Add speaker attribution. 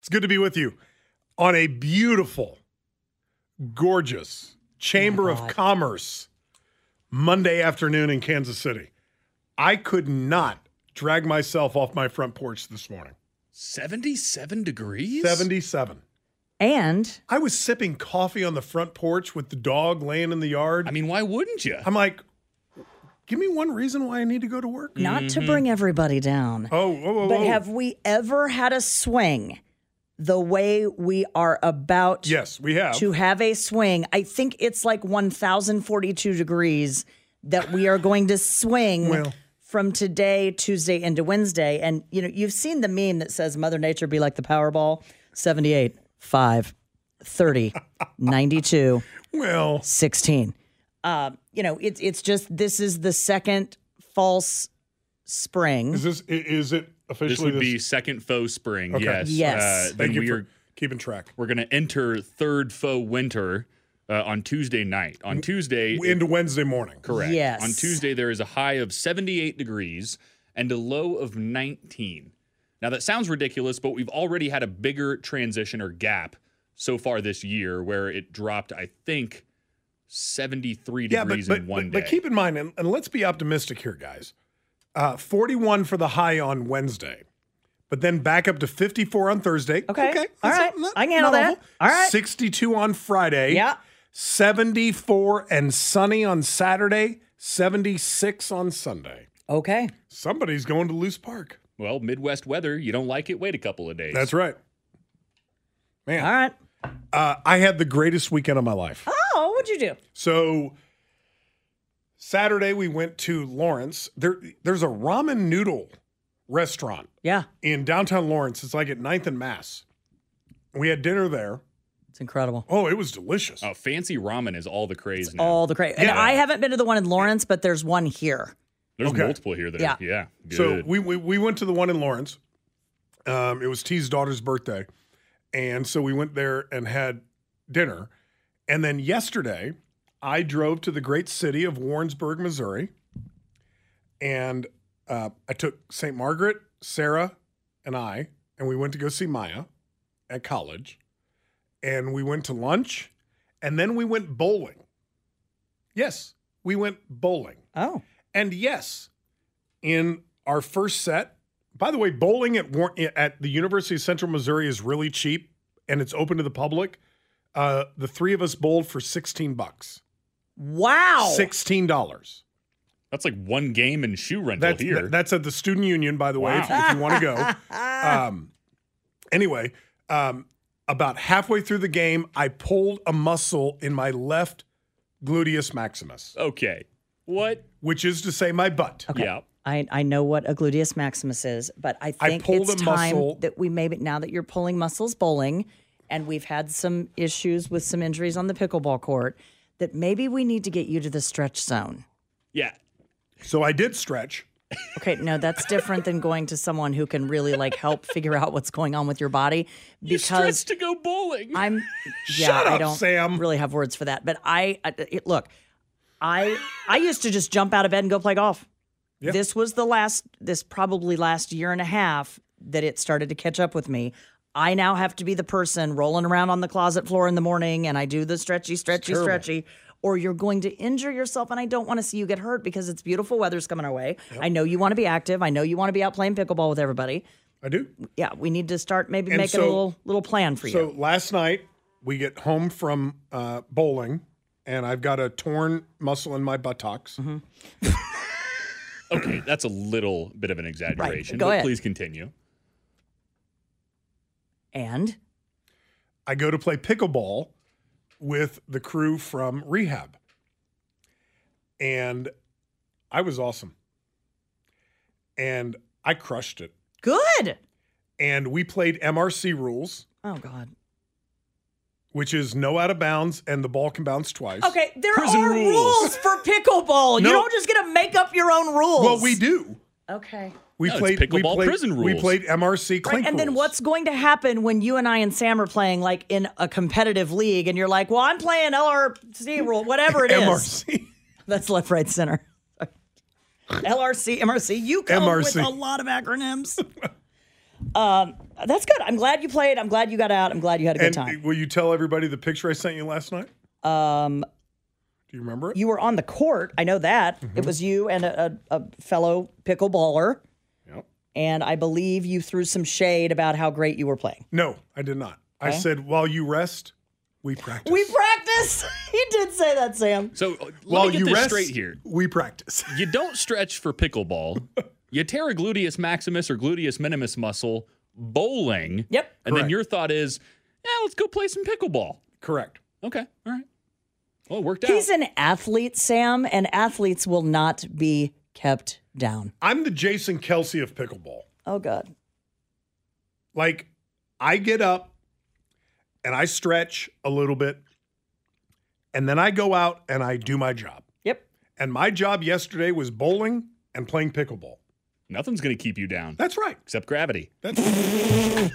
Speaker 1: It's good to be with you on a beautiful, gorgeous Chamber of Commerce Monday afternoon in Kansas City. I could not drag myself off my front porch this morning.
Speaker 2: 77 degrees?
Speaker 1: 77.
Speaker 3: And
Speaker 1: I was sipping coffee on the front porch with the dog laying in the yard.
Speaker 2: I mean, uh, why wouldn't you?
Speaker 1: I'm like, give me one reason why I need to go to work.
Speaker 3: not to bring everybody down,
Speaker 1: Mm-hmm. Oh, whoa, whoa,
Speaker 3: Mm. but
Speaker 1: whoa.
Speaker 3: have we ever had a swing the way we are about
Speaker 1: yes, we have.
Speaker 3: to have a swing? I think it's like 1,042 degrees that we are going to swing.
Speaker 1: Well.
Speaker 3: from today, Tuesday into Wednesday. And you know, you've seen the meme that says Mother Nature be like the Powerball 78, 5, 30, 92,
Speaker 1: well,
Speaker 3: 16. Uh, you know, it's it's just this is the second false spring.
Speaker 1: is this i- is it
Speaker 2: This
Speaker 1: officially
Speaker 2: would be second faux spring.
Speaker 1: Okay.
Speaker 2: Yes.
Speaker 3: Yes.
Speaker 2: Uh, then
Speaker 1: Thank you
Speaker 2: we
Speaker 1: for
Speaker 2: are
Speaker 1: keeping track.
Speaker 2: we're gonna enter third faux winter uh, on Tuesday night. On Tuesday,
Speaker 1: Into Wednesday morning.
Speaker 2: correct.
Speaker 3: Yes.
Speaker 2: On Tuesday, there is a high of 78 degrees and a low of 19. Now that sounds ridiculous, but we've already had a bigger transition or gap so far this year, where it dropped, I think, 73 degrees in one
Speaker 1: but,
Speaker 2: day.
Speaker 1: But keep in mind, and, and let's be optimistic here, guys. Uh, 41 for the high on Wednesday, but then back up to 54 on Thursday.
Speaker 3: Okay.
Speaker 1: okay.
Speaker 3: All
Speaker 1: that's
Speaker 3: right. I can handle that. All right.
Speaker 1: 62 on Friday.
Speaker 3: Yeah.
Speaker 1: 74 and sunny on Saturday. 76 on Sunday.
Speaker 3: Okay.
Speaker 1: Somebody's going to Loose Park.
Speaker 2: well, Midwest weather, you don't like it? Wait a couple of days.
Speaker 1: That's right.
Speaker 3: All
Speaker 1: Man,
Speaker 3: right.
Speaker 1: uh, I had the greatest weekend of my life.
Speaker 3: Oh, what'd you do?
Speaker 1: So Saturday we went to Lawrence. There there's a ramen noodle restaurant
Speaker 3: Yeah.
Speaker 1: in downtown Lawrence. It's like at 9th and Mass. We had dinner there.
Speaker 3: It's incredible.
Speaker 1: Oh, it was delicious.
Speaker 2: Oh, fancy ramen is all the craze now.
Speaker 3: All the crazy. And
Speaker 1: Yeah.
Speaker 3: I haven't been to the one in Lawrence, but there's one here.
Speaker 2: There's
Speaker 1: Okay.
Speaker 2: multiple here that
Speaker 3: Yeah.
Speaker 2: are, yeah.
Speaker 1: so
Speaker 2: good.
Speaker 1: we, we we went to the one in Lawrence. Um, it was T's daughter's birthday. And so we went there and had dinner. And then yesterday, I drove to the great city of Warrensburg, Missouri. And uh, I took St. Margaret, Sarah, and I, and we went to go see Maya at college. And we went to lunch. And then we went bowling. Yes, we went bowling.
Speaker 3: Oh.
Speaker 1: And yes, in our first set, by the way, bowling at War- at the University of Central Missouri is really cheap and it's open to the public. Uh, the three of us bowled for sixteen bucks,
Speaker 3: Wow.
Speaker 1: sixteen dollars.
Speaker 2: that's like one game and shoe rental
Speaker 1: That's
Speaker 2: here.
Speaker 1: that- that's at the student union, by the way, if,
Speaker 2: Wow.
Speaker 1: if you want to go. Um, anyway, um, about halfway through the game, I pulled a muscle in my left gluteus maximus,
Speaker 2: okay. What?
Speaker 1: which is to say, my butt.
Speaker 2: Yeah.
Speaker 3: I, I know what a gluteus maximus is, but I
Speaker 1: I
Speaker 3: think
Speaker 1: pulled
Speaker 3: it's
Speaker 1: a
Speaker 3: time
Speaker 1: muscle.
Speaker 3: that we maybe now that you're pulling muscles bowling, and we've had some issues with some injuries on the pickleball court, that maybe we need to get you to the stretch zone.
Speaker 2: Yeah.
Speaker 1: So I did stretch.
Speaker 3: Okay, no, that's different than going to someone who can really like help figure out what's going on with your body because
Speaker 2: Stretch to go bowling.
Speaker 3: I'm yeah,
Speaker 1: Shut
Speaker 3: I
Speaker 1: up,
Speaker 3: don't
Speaker 1: Sam.
Speaker 3: really have words for that. But I, I it- look, I I used to just jump out of bed and go play golf.
Speaker 1: Yeah.
Speaker 3: This was the last this probably last year and a half that it started to catch up with me. I now have to be the person rolling around on the closet floor in the morning and I do the stretchy, stretchy,
Speaker 1: terrible.
Speaker 3: stretchy, or you're going to injure yourself. And I don't want to see you get hurt because it's beautiful weather's coming our way. I know you want to be active. I know you want to be out playing pickleball with everybody.
Speaker 1: I do.
Speaker 3: Yeah, we need to start maybe
Speaker 1: And
Speaker 3: making
Speaker 1: so-
Speaker 3: a little little plan for you.
Speaker 1: So last night we get home from uh, bowling, and I've got a torn muscle in my buttocks.
Speaker 3: Mm-hmm.
Speaker 2: Okay, that's a little bit of an exaggeration,
Speaker 3: Go
Speaker 2: but
Speaker 3: ahead.
Speaker 2: please continue.
Speaker 3: And
Speaker 1: I go to play pickleball with the crew from rehab, and I was awesome, and I crushed it.
Speaker 3: good.
Speaker 1: And we played MRC rules,
Speaker 3: Oh God.
Speaker 1: which is no out of bounds, and the ball can bounce twice.
Speaker 3: Okay, there
Speaker 2: Prison
Speaker 3: are
Speaker 2: rules.
Speaker 3: rules. for pickleball.
Speaker 1: No.
Speaker 3: You don't just get to make up your own rules.
Speaker 1: Well, we do.
Speaker 3: Okay.
Speaker 1: We
Speaker 2: No, it's
Speaker 1: played we
Speaker 2: pickleball
Speaker 1: played
Speaker 2: prison
Speaker 1: We
Speaker 2: rules.
Speaker 1: played MRC
Speaker 3: Right,
Speaker 1: clink
Speaker 3: and then
Speaker 1: rules.
Speaker 3: what's going to happen when you and I and Sam are playing like in a competitive league and you're like, well, I'm playing LRC rule, whatever it is.
Speaker 1: MRC?
Speaker 3: That's left, right, center. LRC, MRC. You come with
Speaker 1: MRC.
Speaker 3: a lot of acronyms. um, that's good. I'm glad you played. I'm glad you got out. I'm glad you had a good
Speaker 1: And
Speaker 3: time.
Speaker 1: will you tell everybody the picture I sent you last night?
Speaker 3: Um,
Speaker 1: Do you remember it?
Speaker 3: you were on the court. I know that. It was you and a, a, a fellow pickleballer.
Speaker 1: Yep.
Speaker 3: And I believe you threw some shade about how great you were playing.
Speaker 1: No, I did not. I said, while you rest, we practice.
Speaker 3: We practice. he did say that, Sam.
Speaker 2: So uh, let
Speaker 1: while
Speaker 2: me get
Speaker 1: you
Speaker 2: this
Speaker 1: rest,
Speaker 2: straight here.
Speaker 1: we practice.
Speaker 2: You don't stretch for pickleball. you tear a gluteus maximus or gluteus minimus muscle bowling.
Speaker 3: Yep.
Speaker 2: And then
Speaker 1: Correct.
Speaker 2: your thought is, yeah, let's go play some pickleball.
Speaker 1: Correct.
Speaker 2: Okay, all right. Well, it worked out.
Speaker 3: He's an athlete, Sam, and athletes will not be kept down.
Speaker 1: I'm the Jason Kelsey of pickleball.
Speaker 3: Oh, God.
Speaker 1: Like, I get up and I stretch a little bit, and then I go out and I do my job.
Speaker 3: Yep.
Speaker 1: And my job yesterday was bowling and playing pickleball.
Speaker 2: Nothing's going to keep you down
Speaker 1: That's right.
Speaker 2: except gravity.
Speaker 1: That's